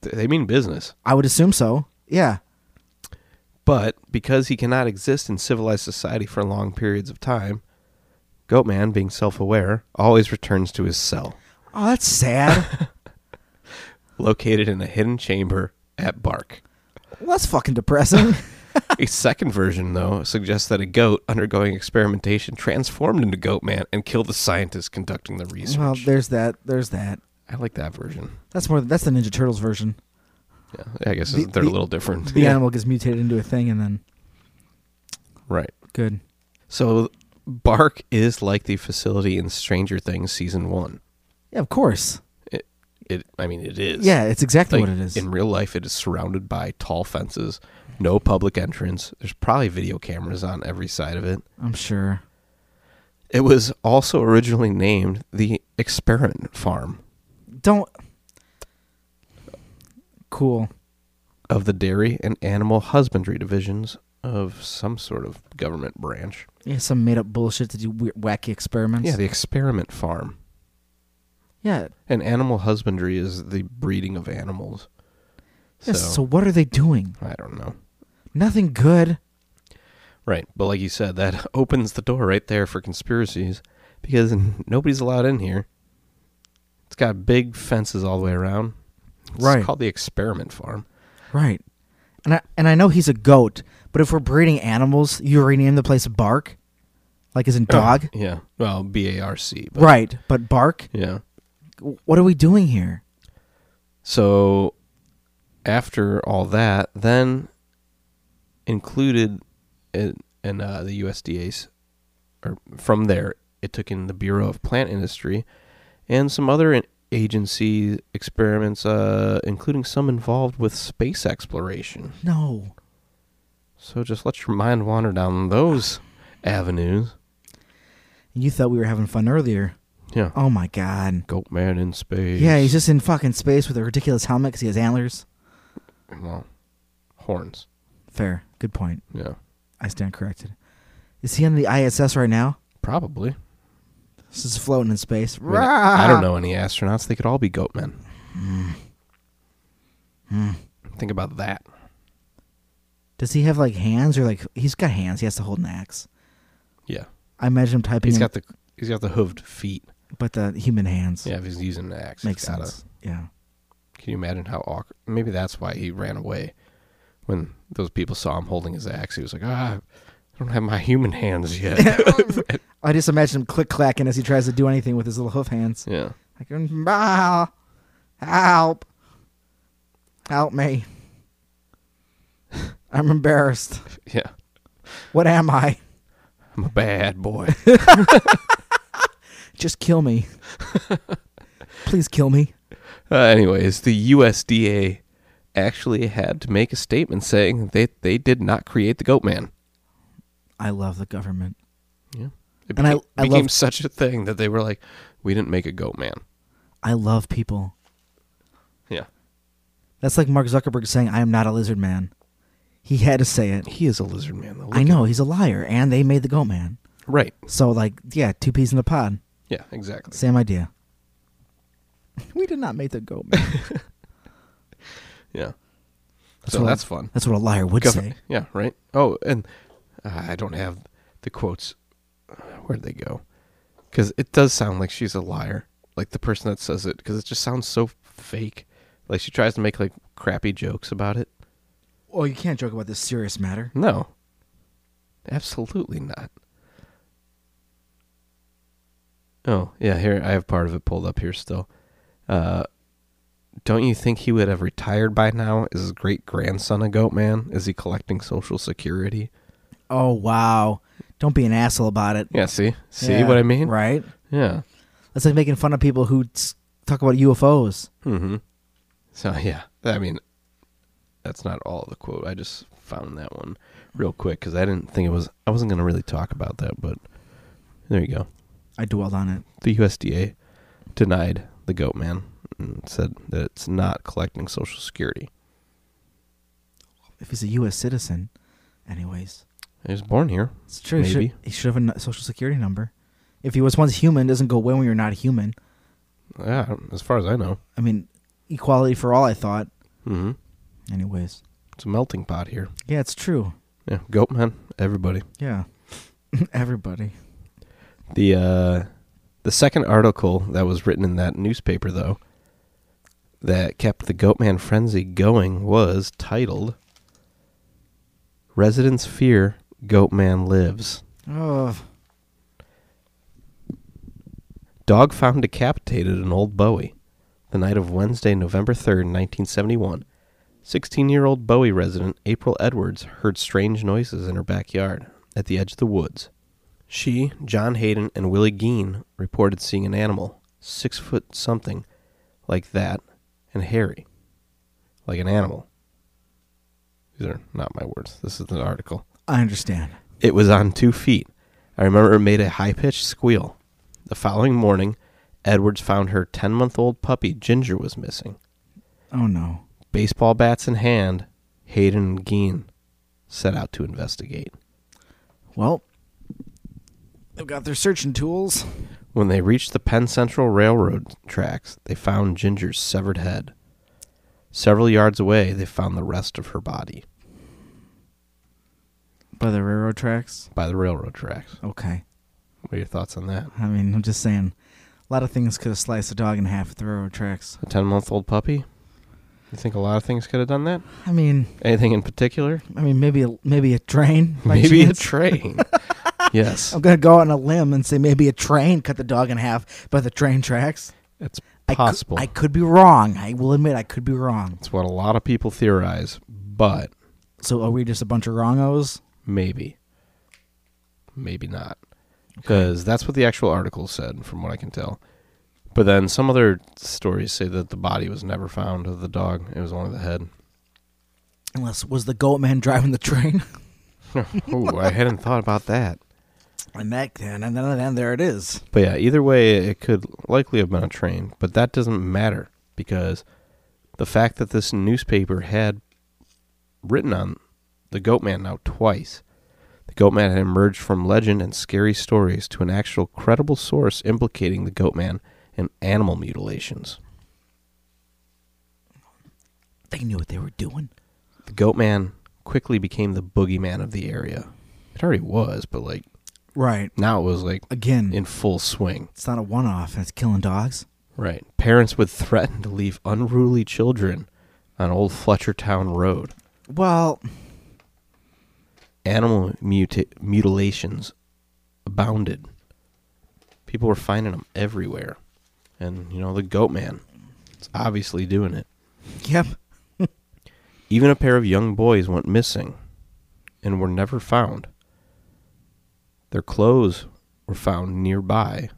S2: Th- They mean business.
S1: I would assume so. Yeah.
S2: But because he cannot exist in civilized society for long periods of time, Goatman, being self aware, always returns to his cell,
S1: Oh, that's
S2: [laughs]
S1: sad.
S2: located in a hidden chamber at Bark.
S1: well, that's fucking
S2: [laughs]
S1: depressing.
S2: a second version, though, suggests that a goat undergoing experimentation transformed into Goatman and killed the scientist conducting the research.
S1: well, there's that. There's that.
S2: I like that version.
S1: That's more. That's the Ninja Turtles
S2: [laughs]
S1: version.
S2: Yeah, I guess
S1: The-
S2: they're
S1: the-
S2: a little different.
S1: The
S2: Yeah.
S1: animal gets mutated into a thing, and then
S2: Right.
S1: good.
S2: So Bark is like the facility in Stranger Things season one.
S1: Yeah, of course.
S2: It, it I mean, it is.
S1: Yeah, it's exactly
S2: Like,
S1: what it is.
S2: In real life, it is surrounded by tall fences, no public entrance. There's probably video cameras on every side of it.
S1: I'm sure.
S2: It was also originally named the Experiment Farm
S1: Don't. Cool.
S2: of the Dairy and Animal Husbandry divisions of some sort of government branch.
S1: Yeah, some made up bullshit to do weird, wacky experiments.
S2: Yeah, the Experiment Farm.
S1: yeah.
S2: And animal husbandry is the breeding of animals.
S1: Yes, so what are they doing?
S2: I don't know.
S1: Nothing good.
S2: Right. But like you said, that [laughs] opens the door right there for conspiracies because [laughs] nobody's allowed in here. It's got big fences all the way around. It's
S1: Right.
S2: called the experiment farm.
S1: Right. And I and I know he's a goat, but if we're breeding animals, you rename the place Bark, like as
S2: Oh.
S1: in dog.
S2: [clears throat] Yeah. Well, B A R C. but-
S1: right, but Bark.
S2: Yeah.
S1: What are we doing here?
S2: So after all that, then included in, in uh, the USDA's, or from there, it took in the Bureau of Plant Industry and some other in- agency experiments, uh, including some involved with space exploration.
S1: No.
S2: So just let your mind wander down those avenues.
S1: And you thought we were having fun earlier.
S2: Yeah.
S1: Oh my god.
S2: Goat man in space.
S1: Yeah, he's just in fucking space with a ridiculous helmet because he has antlers.
S2: Well, horns.
S1: Fair. Good point.
S2: Yeah.
S1: I stand corrected. Is he on the ISS right now?
S2: Probably.
S1: This is floating in space.
S2: I, mean, I don't know any astronauts. They could all be goat men. Think about that.
S1: Does he have like hands or like he's got hands? He has to hold an axe.
S2: Yeah,
S1: I imagine him typing.
S2: he's
S1: in-
S2: got the he's got the hooved feet.
S1: but the human hands.
S2: Yeah, if he's using an ax
S1: makes sense. Yeah.
S2: Can you imagine how awkward? Maybe that's why he ran away when those people saw him holding his axe. He was like, "Ah, I don't have my human hands yet."
S1: [laughs] I just imagine him click clacking as he tries to do anything with his little hoof hands.
S2: yeah,
S1: Like, "Ah, help, help me. [laughs] I'm embarrassed.
S2: [laughs] yeah,
S1: What am I?
S2: I'm a bad boy. [laughs]
S1: Just kill me. Please kill me.
S2: Uh, anyways, the USDA actually had to make a statement saying they they did not create the goat man.
S1: I love the government.
S2: Yeah. It
S1: And I-
S2: became,
S1: I
S2: became
S1: love-
S2: such a thing that they were like, we didn't make a goat man.
S1: I love people.
S2: Yeah.
S1: That's like Mark Zuckerberg saying, I am not a lizard man. He had to say it.
S2: He is a lizard man, though. Look
S1: I
S2: at-
S1: know, he's a liar, and they made the goat man.
S2: Right.
S1: So, like, yeah, two peas in a pod.
S2: Yeah, exactly.
S1: Same idea. [laughs] We did not make the goat man.
S2: Yeah.
S1: [laughs] That's
S2: so
S1: what I-
S2: that's fun.
S1: That's what a liar would
S2: Gov-
S1: say.
S2: Yeah, right. Oh, and uh, I don't have the quotes. Where'd they go? Because it does sound like she's a liar. Like the person that says it, because it just sounds so fake. Like she tries to make like crappy jokes about it.
S1: Oh, you can't joke about this serious matter.
S2: No. Absolutely not. Oh, yeah, here I have part of it pulled up here still. Uh don't you think he would have retired by now? Is his great grandson a goat man? Is he collecting social security?
S1: Oh, wow. Don't be an asshole about it.
S2: Yeah, see? See
S1: Yeah,
S2: what I mean?
S1: Right?
S2: Yeah.
S1: That's like making fun of people who s- talk about UFOs.
S2: Mm-hmm. So yeah, I mean, that's not all the quote. I just found that one real quick because I didn't think it was. I wasn't gonna really talk about that, but there you go.
S1: I dwelled on it.
S2: The USDA denied the goat man and said that it's not collecting Social Security.
S1: If he's a U.S. citizen, anyways.
S2: He was born here.
S1: It's true. He should,
S2: Maybe.
S1: he should have a n- social security number. If he was once human, doesn't go away when you're not human.
S2: Yeah, as far as I know.
S1: I mean, equality for all, I thought.
S2: Mm-hmm.
S1: Anyways.
S2: It's a melting pot here.
S1: Yeah, it's true.
S2: Yeah, goat man, everybody.
S1: Yeah. [laughs] Everybody.
S2: The uh, the second article that was written in that newspaper, though, that kept the Goatman frenzy going was titled "Residents Fear Goatman Lives."
S1: Oh,
S2: Dog found decapitated in Old Bowie, the night of Wednesday, November third, nineteen seventy-one. Sixteen-year-old Bowie resident April Edwards heard strange noises in her backyard at the edge of the woods. She, John Hayden, and Willie Gein reported seeing an animal, six foot something, like that, and hairy, like an animal. These are not my words. This is the article.
S1: I understand.
S2: It was on two feet. I remember it made a high pitched squeal. The following morning, Edwards found her 10 month old puppy, Ginger, was missing.
S1: Oh no.
S2: Baseball bats in hand, Hayden and Gein set out to investigate.
S1: Well, they've got their searching tools.
S2: When they reached the Penn Central Railroad tracks, they found Ginger's severed head. Several yards away, they found the rest of her body
S1: By the railroad tracks?
S2: by the railroad tracks.
S1: Okay.
S2: What are your thoughts on that?
S1: I mean, I'm just saying, a lot of things could have sliced a dog in half at the railroad tracks.
S2: A 10 month old puppy? You think a lot of things could have done that?
S1: I mean,
S2: Anything in particular?
S1: I mean, maybe a, maybe a train. by
S2: Maybe a
S1: chance.
S2: train. [laughs] yes.
S1: I'm gonna go on a limb and say maybe a train cut the dog in half by the train tracks.
S2: It's
S1: I cou-
S2: possible.
S1: I could be wrong. I will admit I could be wrong.
S2: it's what a lot of people theorize, but
S1: So are we just a bunch of wrongos?
S2: maybe. Maybe not. Because that's what the actual article said, from what I can tell. But then some other stories say that the body was never found of the dog. It was only the head.
S1: Unless was the goat man [laughs] driving the train?
S2: oh, I hadn't thought about that.
S1: and that and then and then there it is.
S2: But yeah, either way, it could likely have been a train, but that doesn't matter because the fact that this newspaper had written on the Goatman now twice, the Goatman had emerged from legend and scary stories to an actual credible source implicating the Goatman in animal mutilations.
S1: They knew what they were doing.
S2: The Goatman quickly became the boogeyman of the area. It already was, but like
S1: Right.
S2: now it was like
S1: Again,
S2: in full swing.
S1: it's not a one off and it's killing dogs.
S2: Right. Parents would threaten to leave unruly children on Old Fletchertown Road.
S1: Well,
S2: Animal muti- mutilations abounded. People were finding them everywhere. And, you know, the goat man is obviously doing it.
S1: yep.
S2: Even a pair of young boys went missing and were never found. Their clothes were found nearby,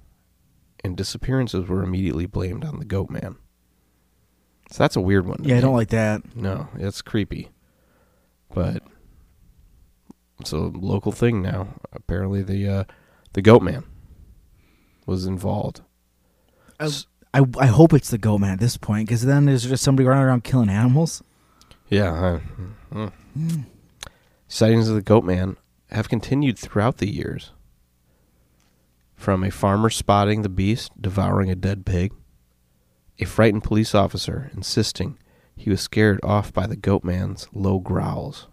S2: and disappearances were immediately blamed on the goat man. So that's a weird one. to
S1: Yeah, I
S2: me.
S1: don't like that.
S2: No, it's creepy. But it's a local thing now. Apparently the uh the goat man was involved.
S1: I, I, I hope it's the goat man at this point because then there's just somebody running around killing animals.
S2: Yeah. I, mm. Sightings of the goat man have continued throughout the years. From a farmer spotting the beast devouring a dead pig, a frightened police officer insisting he was scared off by the goat man's low growls.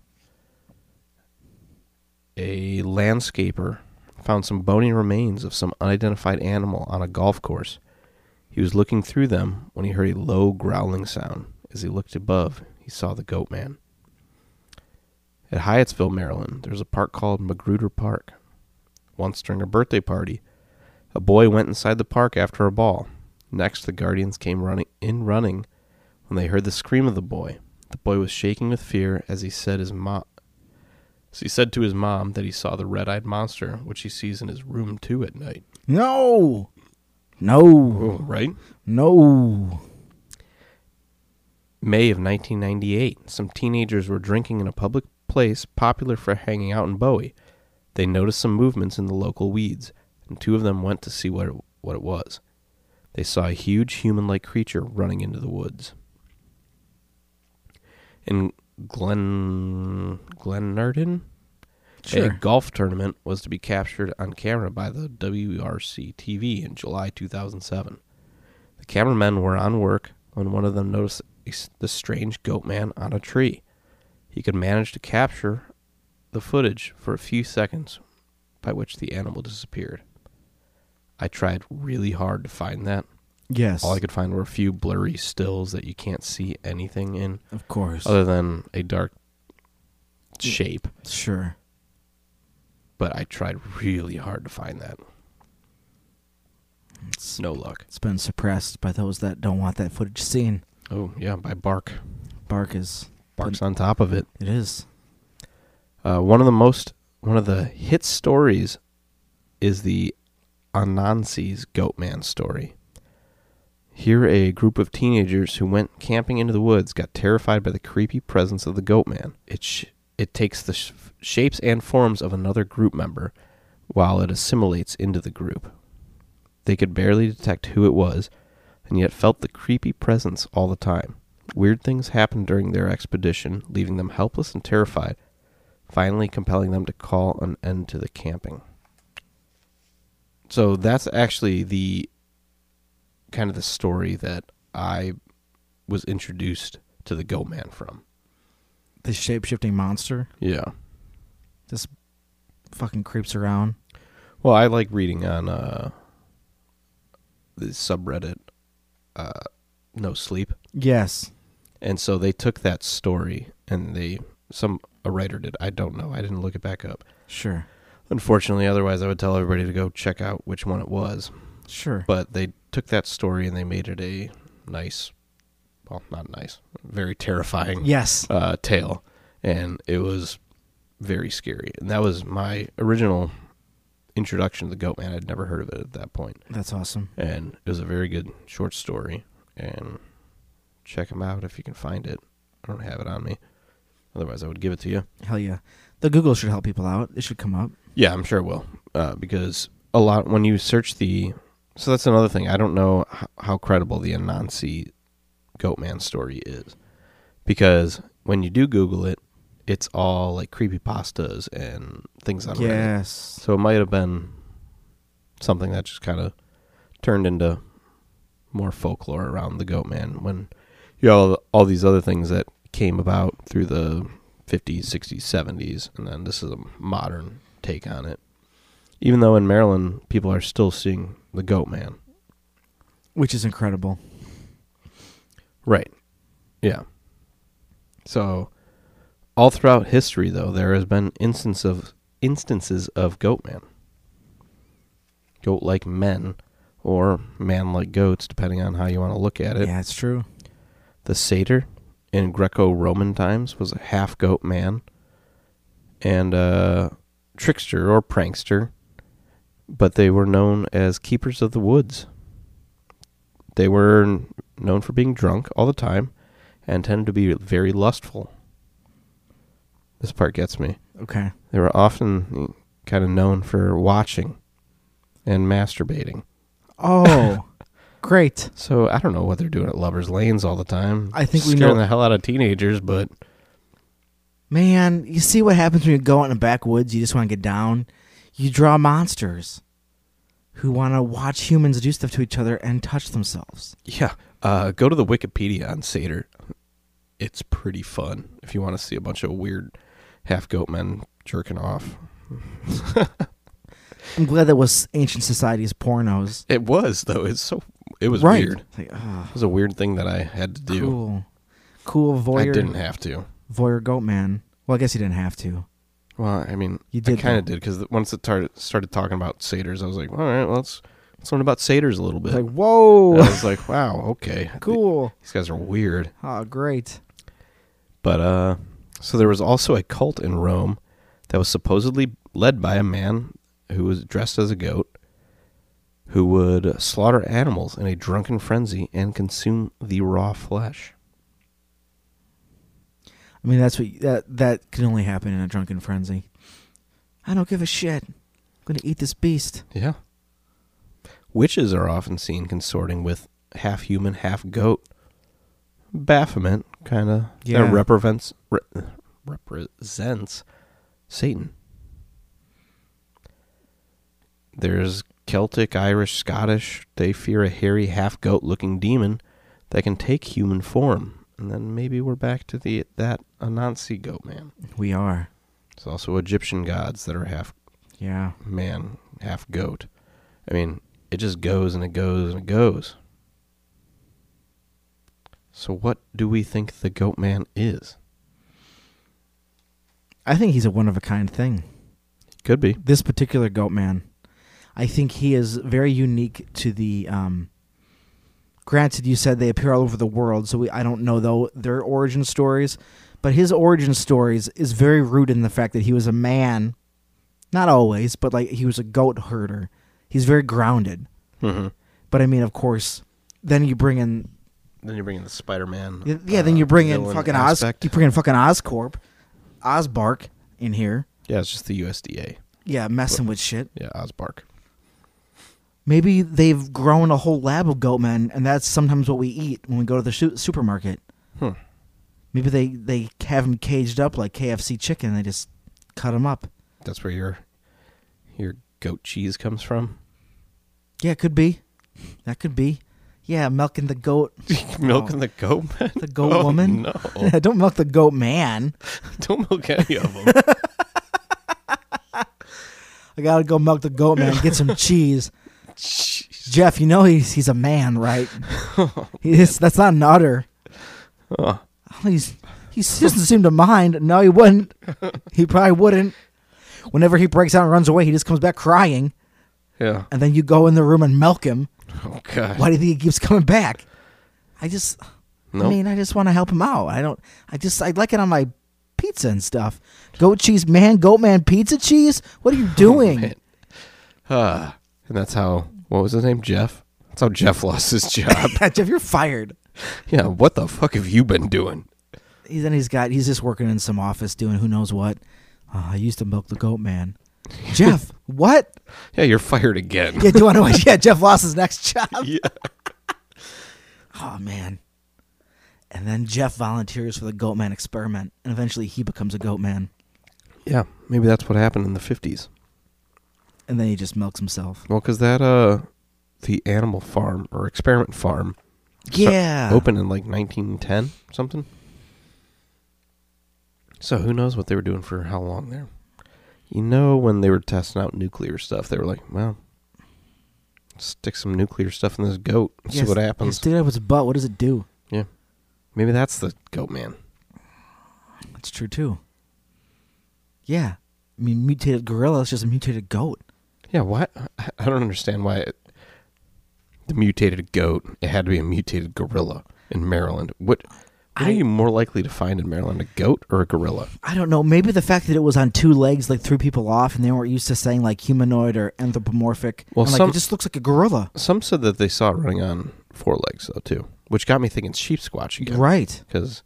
S2: A landscaper found some bony remains of some unidentified animal on a golf course. He was looking through them when he heard a low growling sound. As he looked above, he saw the goat man. At Hyattsville, Maryland, there's a park called Magruder Park. Once during a birthday party, a boy went inside the park after a ball. Next, the guardians came running in running when they heard the scream of the boy. The boy was shaking with fear as he said his mom as he said to his mom that he saw the red-eyed monster which he sees in his room too at night.
S1: No. No.
S2: right?
S1: No.
S2: May of 1998, some teenagers were drinking in a public place popular for hanging out in Bowie. They noticed some movements in the local weeds, and two of them went to see what it, what it was. They saw a huge human like creature running into the woods. In Glen Glenarden, a
S1: Sure.
S2: golf tournament was to be captured on camera by the E WRC TV in July 2007. The cameramen were on work when one of them noticed a s- the strange goat man on a tree. He could manage to capture the footage for a few seconds, by which the animal disappeared. I tried really hard to find that.
S1: Yes.
S2: All I could find were a few blurry stills that you can't see anything in,
S1: of course.
S2: other than a dark shape.
S1: sure.
S2: But I tried really hard to find that.
S1: It's,
S2: No luck.
S1: it's been suppressed by those that don't want that footage seen.
S2: Oh yeah, by bark.
S1: Bark is.
S2: Bark's on top of it.
S1: It is.
S2: Uh, one of the most one of the hit stories is the Anansi's Goatman story. Here, a group of teenagers who went camping into the woods got terrified by the creepy presence of the Goatman. It sh- it takes the sh- shapes and forms of another group member, while it assimilates into the group. They could barely detect who it was, and yet felt the creepy presence all the time. Weird things happened during their expedition, leaving them helpless and terrified, finally compelling them to call an end to the camping. So that's actually the kind of the story that I was introduced to the Goat Man from.
S1: The shape shifting monster
S2: Yeah.
S1: just fucking creeps around.
S2: Well, I like reading on uh, the subreddit, uh, No Sleep,
S1: Yes.
S2: and so they took that story and they some a writer did. I don't know. I didn't look it back up.
S1: Sure.
S2: Unfortunately, otherwise I would tell everybody to go check out which one it was.
S1: Sure.
S2: But they took that story and they made it a nice, well, not nice, very terrifying
S1: yes.
S2: uh, tale, and it was very scary. And that was my original introduction to the Goat Man. I'd never heard of it at that point,
S1: That's awesome.
S2: and it was a very good short story. And check them out if you can find it. I don't have it on me, otherwise I would give it to you.
S1: Hell yeah. The Google should help people out. It should come up.
S2: Yeah, I'm sure it will, uh, because a lot when you search the. So that's another thing. I don't know h- how credible the Anansi Goatman story is, because when you do Google it, it's all like creepy pastas and things on Reddit.
S1: Yes.
S2: So it might have been something that just kind of turned into more folklore around the Goatman when you know all, all these other things that came about through the 50s, 60s, 70s, and then this is a modern take on it. Even though in Maryland people are still seeing the Goatman,
S1: Which is incredible.
S2: right? Yeah. So all throughout history, though, there has been instance of instances of Goatman. Goat like men or man like goats, depending on how you want to look at it.
S1: yeah, it's true.
S2: The satyr in Greco Roman times was a half goat man and a trickster or prankster, but they were known as keepers of the woods. They were n- known for being drunk all the time and tended to be very lustful. This part gets me. [laughs]
S1: Okay.
S2: They were often kind of known for watching and masturbating.
S1: Oh, great.
S2: So I don't know what they're doing at lovers' lanes all the time.
S1: I think we
S2: scaring
S1: know-
S2: the hell out of teenagers, but
S1: Man, you see what happens when you go out in the backwoods, you just want to get down. You draw monsters who want to watch humans do stuff to each other and touch themselves.
S2: yeah, uh, go to the Wikipedia on satyr. It's pretty fun if you want to see a bunch of weird half goat men jerking off.
S1: I'm glad that was ancient society's pornos.
S2: It was though. It's so it was
S1: right.
S2: weird.
S1: It's Like, ah,
S2: It was a weird thing that I had to do.
S1: cool. Cool
S2: I
S1: voyeur.
S2: didn't have to.
S1: voyeur goat man. Well, I guess he didn't have
S2: [laughs]
S1: to.
S2: Well, I mean,
S1: You did,
S2: I kind
S1: though.
S2: of did because once it tar- started talking about satyrs, I was like, all right, well, let's let's learn about satyrs a little bit.
S1: It's like, whoa,
S2: And I was like, wow, okay,
S1: cool.
S2: These guys are weird.
S1: Oh, great.
S2: But uh so there was also a cult in Rome that was supposedly led by a man who was dressed as a goat who would slaughter animals in a drunken frenzy and consume the raw flesh.
S1: I mean, that's what that that can only happen in a drunken frenzy. I don't give a shit. I'm gonna eat this beast.
S2: Yeah. Witches are often seen consorting with half human, half goat. Baphomet kind of
S1: Yeah.
S2: that represents re- represents Satan. There's Celtic, Irish, Scottish. They fear a hairy half goat looking demon that can take human form. And then maybe we're back to the that Anansi goat man.
S1: We are.
S2: There's also Egyptian gods that are half
S1: Yeah.
S2: man, half goat. I mean, it just goes and it goes and it goes. So what do we think the goat man is?
S1: I think he's a one of a kind thing.
S2: Could be.
S1: This particular goat man, I think he is very unique to the. Um, granted, you said they appear all over the world, so we, I don't know though their origin stories, but his origin stories is very rooted in the fact that he was a man Not always, but like he was a goat herder. He's very grounded.
S2: Mm-hmm.
S1: But I mean, of course, then you bring in
S2: Then you bring in the Spider-Man.
S1: Y- Yeah, then
S2: uh,
S1: you bring in
S2: villain
S1: fucking
S2: aspect.
S1: Oz. You bring in fucking Oscorp, Osbark in here.
S2: Yeah, it's just the USDA.
S1: Yeah, messing with shit.
S2: Yeah, Osbark.
S1: Maybe they've grown a whole lab of goat men, and that's sometimes what we eat when we go to the su- supermarket.
S2: Hmm.
S1: Maybe they they have them caged up like KFC chicken. They just cut them up.
S2: That's where your your goat cheese comes [laughs] from.
S1: Yeah, it could be. That could be. Yeah, milking the goat.
S2: [laughs] Milking the goat man. [laughs]
S1: The goat
S2: Oh,
S1: woman.
S2: No,
S1: [laughs] Don't milk the goat man.
S2: don't milk any of [laughs] them.
S1: I gotta go milk the goat man. Get some cheese. Jeff, you know he's he's a man, right? He is- that's not an udder.
S2: Oh.
S1: Oh, he's he doesn't seem to mind. No, he wouldn't. He probably wouldn't. Whenever he breaks out and runs away, he just comes back crying,
S2: Yeah.
S1: and then you go in the room and milk him.
S2: Oh God.
S1: Why do you think he keeps coming back? I just, I
S2: Nope.
S1: mean, I just want to help him out. I don't. I just, I like it on my pizza and stuff. Goat cheese, man. Goat man, pizza cheese. What
S2: [laughs]
S1: are you doing?
S2: Oh, man. Ah, [sighs] and that's how. What was his name? Jeff. That's how Jeff lost his [laughs] job.
S1: Yeah, [laughs] Jeff, you're fired.
S2: yeah. What the fuck have you been doing?
S1: He's then he's got he's just working in some office doing who knows what. Uh, I used to milk the goat
S2: [laughs]
S1: man. Jeff, what?
S2: Yeah, you're fired again.
S1: Yeah, do you want to watch? [laughs] Yeah, Jeff lost his next job. [laughs] Oh man. And then Jeff volunteers for the goat man experiment, and eventually he becomes a goat man,
S2: Yeah, maybe that's what happened in the 50s.
S1: and then he just milks himself.
S2: Well, because that, uh, the animal farm or experiment farm sta-
S1: Yeah.
S2: opened in like 1910, something. So who knows what they were doing for how long there. You know, when they were testing out nuclear stuff, they were like, well, stick some nuclear stuff in this goat, and see
S1: Yes,
S2: what
S1: you
S2: happens.
S1: Stick it up its butt. What does it do?
S2: yeah. Maybe that's the goat man.
S1: That's true too. Yeah, I mean, mutated gorilla is just a mutated goat.
S2: Yeah, why? I I don't understand why it, the mutated goat. It had to be a mutated gorilla in Maryland. What? What
S1: I-
S2: are you more likely to find in Maryland, a goat or a gorilla?
S1: I don't know. Maybe the fact that it was on two legs like threw people off, and they weren't used to saying like humanoid or anthropomorphic.
S2: Well,
S1: and, like
S2: some-
S1: it just looks like a gorilla,
S2: Some said that they saw it running on four legs though too, which got me thinking sheep squatch again.
S1: right?
S2: Because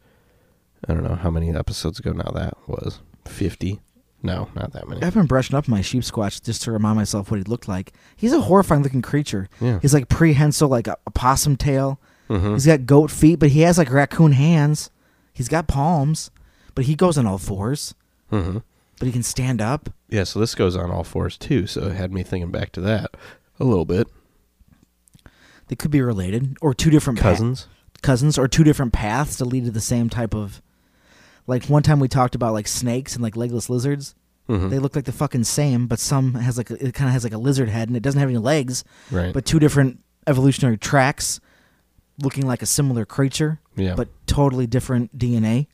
S2: I don't know how many episodes ago now that was fifty. No, not that many.
S1: I've been brushing up my sheep squatch just to remind myself what he looked like. He's a horrifying looking creature.
S2: Yeah.
S1: He's like prehensile, like a, a possum tail.
S2: Mhm.
S1: He's got goat feet, but he has like raccoon hands. He's got palms, but he goes on all fours.
S2: hmm
S1: But he can stand up.
S2: Yeah. So this goes on all fours too. So it had me thinking back to that a little bit.
S1: They could be related, or two different pa-
S2: Cousins.
S1: cousins, or two different paths that lead to the same type of. Like one time we talked about like snakes and like legless lizards.
S2: Mhm.
S1: They look like the fucking same, but some has like a, it kind of has like a lizard head and it doesn't have any legs,
S2: Right.
S1: but two different evolutionary tracks, looking like a similar creature,
S2: Yeah.
S1: but totally different DNA.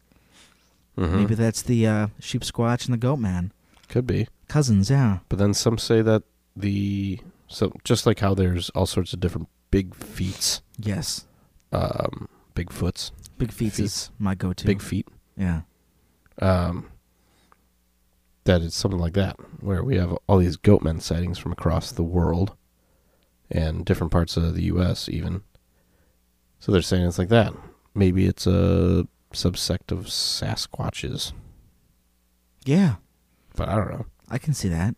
S2: Mhm.
S1: Maybe that's the uh, sheep squatch and the goat man
S2: could be.
S1: cousins. Yeah,
S2: But then some say that the so just like how there's all sorts of different big feats,
S1: yes,
S2: um, big foots,
S1: big feet is
S2: Feet.
S1: my go-to.
S2: big feet.
S1: yeah,
S2: Um, that it's something like that, where we have all these goatmen sightings from across the world and different parts of the U.S. Even. So they're saying it's like that. Maybe it's a subsect of Sasquatches,
S1: yeah,
S2: but I don't know.
S1: I can see that.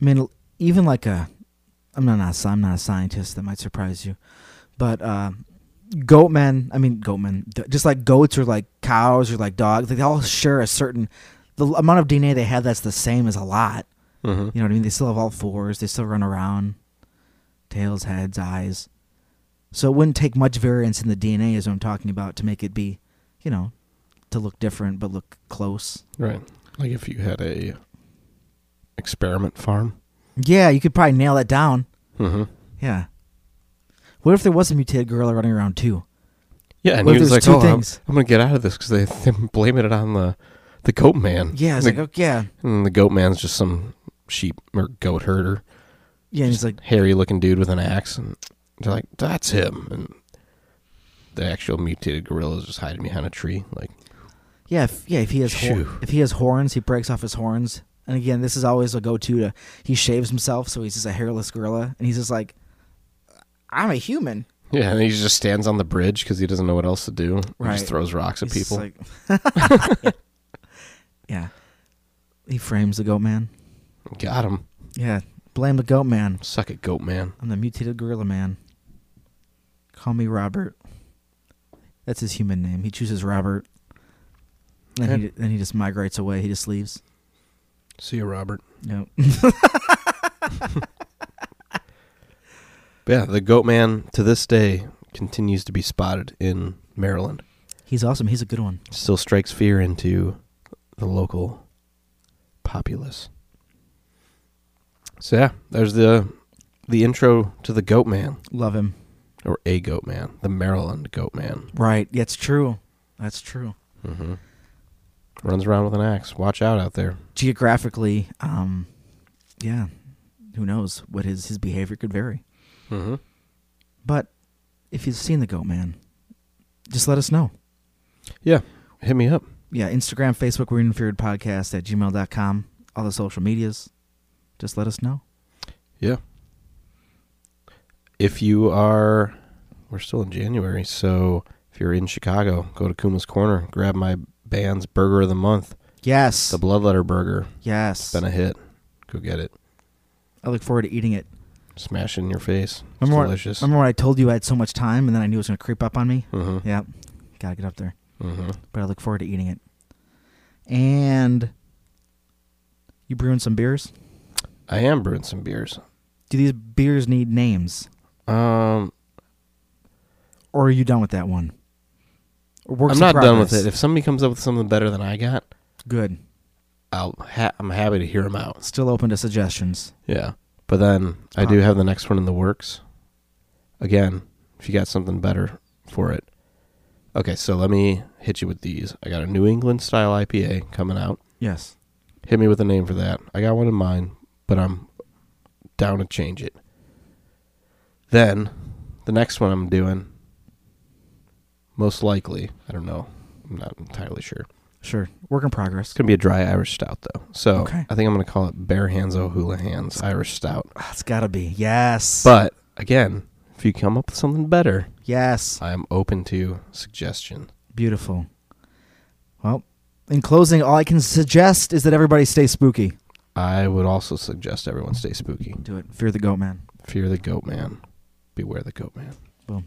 S1: I mean, even like a, I'm not a, sci- I'm not a scientist. That might surprise you, but uh, goat men. I mean, goat men. d- Just like goats or like cows or like dogs, like they all share a certain the l- amount of DNA they have that's the same as a lot.
S2: Mm-hmm.
S1: You know what I mean? They still have all fours. They still run around. Tails, heads, eyes. So it wouldn't take much variance in the DNA, is what I'm talking about, to make it be, you know, to look different but look close.
S2: Right. Like if you had a experiment farm.
S1: Yeah, you could probably nail that down.
S2: Mm-hmm.
S1: Yeah. What if there was a mutated gorilla running around too?
S2: Yeah, and
S1: What
S2: he
S1: if
S2: was like,
S1: there's
S2: "Oh,
S1: two
S2: I'm,
S1: things?"
S2: I'm gonna get out of this because they [laughs] they're blaming it on the the goat man."
S1: Yeah, it's
S2: The-
S1: like, oh, yeah.
S2: and the goat man's just some sheep or goat herder,
S1: Yeah, and he's like,
S2: hairy looking dude with an axe, and they're like, "That's him." And the actual mutated gorilla is just hiding behind a tree. Like,
S1: yeah, if, yeah. If he has hor-
S2: Phew.
S1: if he has horns, he breaks off his horns. And again, this is always a go-to to he shaves himself, so he's just a hairless gorilla, and he's just like, "I'm a human."
S2: Yeah, and he just stands on the bridge because he doesn't know what else to do. He
S1: Right.
S2: just throws rocks at
S1: He's just
S2: people.
S1: like- [laughs] yeah. he frames the goat man.
S2: Got him.
S1: Yeah, blame the goat man.
S2: Suck it, goat man.
S1: I'm the mutated gorilla man. Call me Robert. That's his human name. He chooses Robert. Then he then he just migrates away. He just leaves.
S2: See you, Robert.
S1: Yep.
S2: But yeah, the goat man to this day continues to be spotted in Maryland.
S1: He's awesome. He's a good one.
S2: Still strikes fear into the local populace. So yeah, there's the the intro to the goat man
S1: Love him.
S2: or a goat man, the Maryland goat man.
S1: Right. Yeah, it's true. That's true.
S2: Mm-hmm. Runs around with an axe. Watch out out there.
S1: Geographically, um, yeah, who knows what his his behavior could vary.
S2: Mm-hmm.
S1: But if you've seen the goat man, just let us know.
S2: Yeah, hit me up.
S1: yeah, Instagram, Facebook, We're Inferior Podcast at gmail.com, all the social medias. Just let us know.
S2: Yeah. If you are, we're still in January, so if you're in Chicago, go to Kuma's Corner, grab my band's burger of the month,
S1: Yes.
S2: the Bloodletter Burger.
S1: yes.
S2: Been a hit. Go get it.
S1: I look forward to eating it.
S2: Smash it in your face. It's
S1: Remember when-
S2: delicious.
S1: Remember when I told you I had so much time and then I knew it was going to creep up on me?
S2: Mm-hmm.
S1: Yeah. Gotta get up there.
S2: Mm-hmm.
S1: But I look forward to eating it. And you brewing some beers?
S2: I am brewing some beers.
S1: Do these beers need names?
S2: Um,
S1: Or are you done with that one? Or works
S2: I'm
S1: in
S2: not done with
S1: progress?
S2: it. If somebody comes up with something better than I got,
S1: Good.
S2: I'll ha- I'm happy to hear them out.
S1: Still open to suggestions.
S2: Yeah. But then I do
S1: Huh.
S2: have the next one in the works. Again, if you got something better for it. Okay, so let me hit you with these. I got a New England style IPA coming out.
S1: Yes.
S2: Hit me with a name for that. I got one in mind, but I'm down to change it. Then the next one I'm doing, most likely, I don't know. I'm not entirely sure.
S1: Sure. Work in progress.
S2: It's going to be a dry Irish stout, though. So
S1: Okay.
S2: I think I'm going to call it Bare Hands O'Houlihan's Irish Stout.
S1: Ah, It's gotta be. Yes.
S2: But again, if you come up with something better,
S1: Yes.
S2: I am open to suggestion.
S1: Beautiful. Well, in closing, all I can suggest is that everybody stay spooky.
S2: I would also suggest everyone stay spooky.
S1: Do it. Fear the goat man.
S2: Fear the goat man. Beware the goat man.
S1: Boom.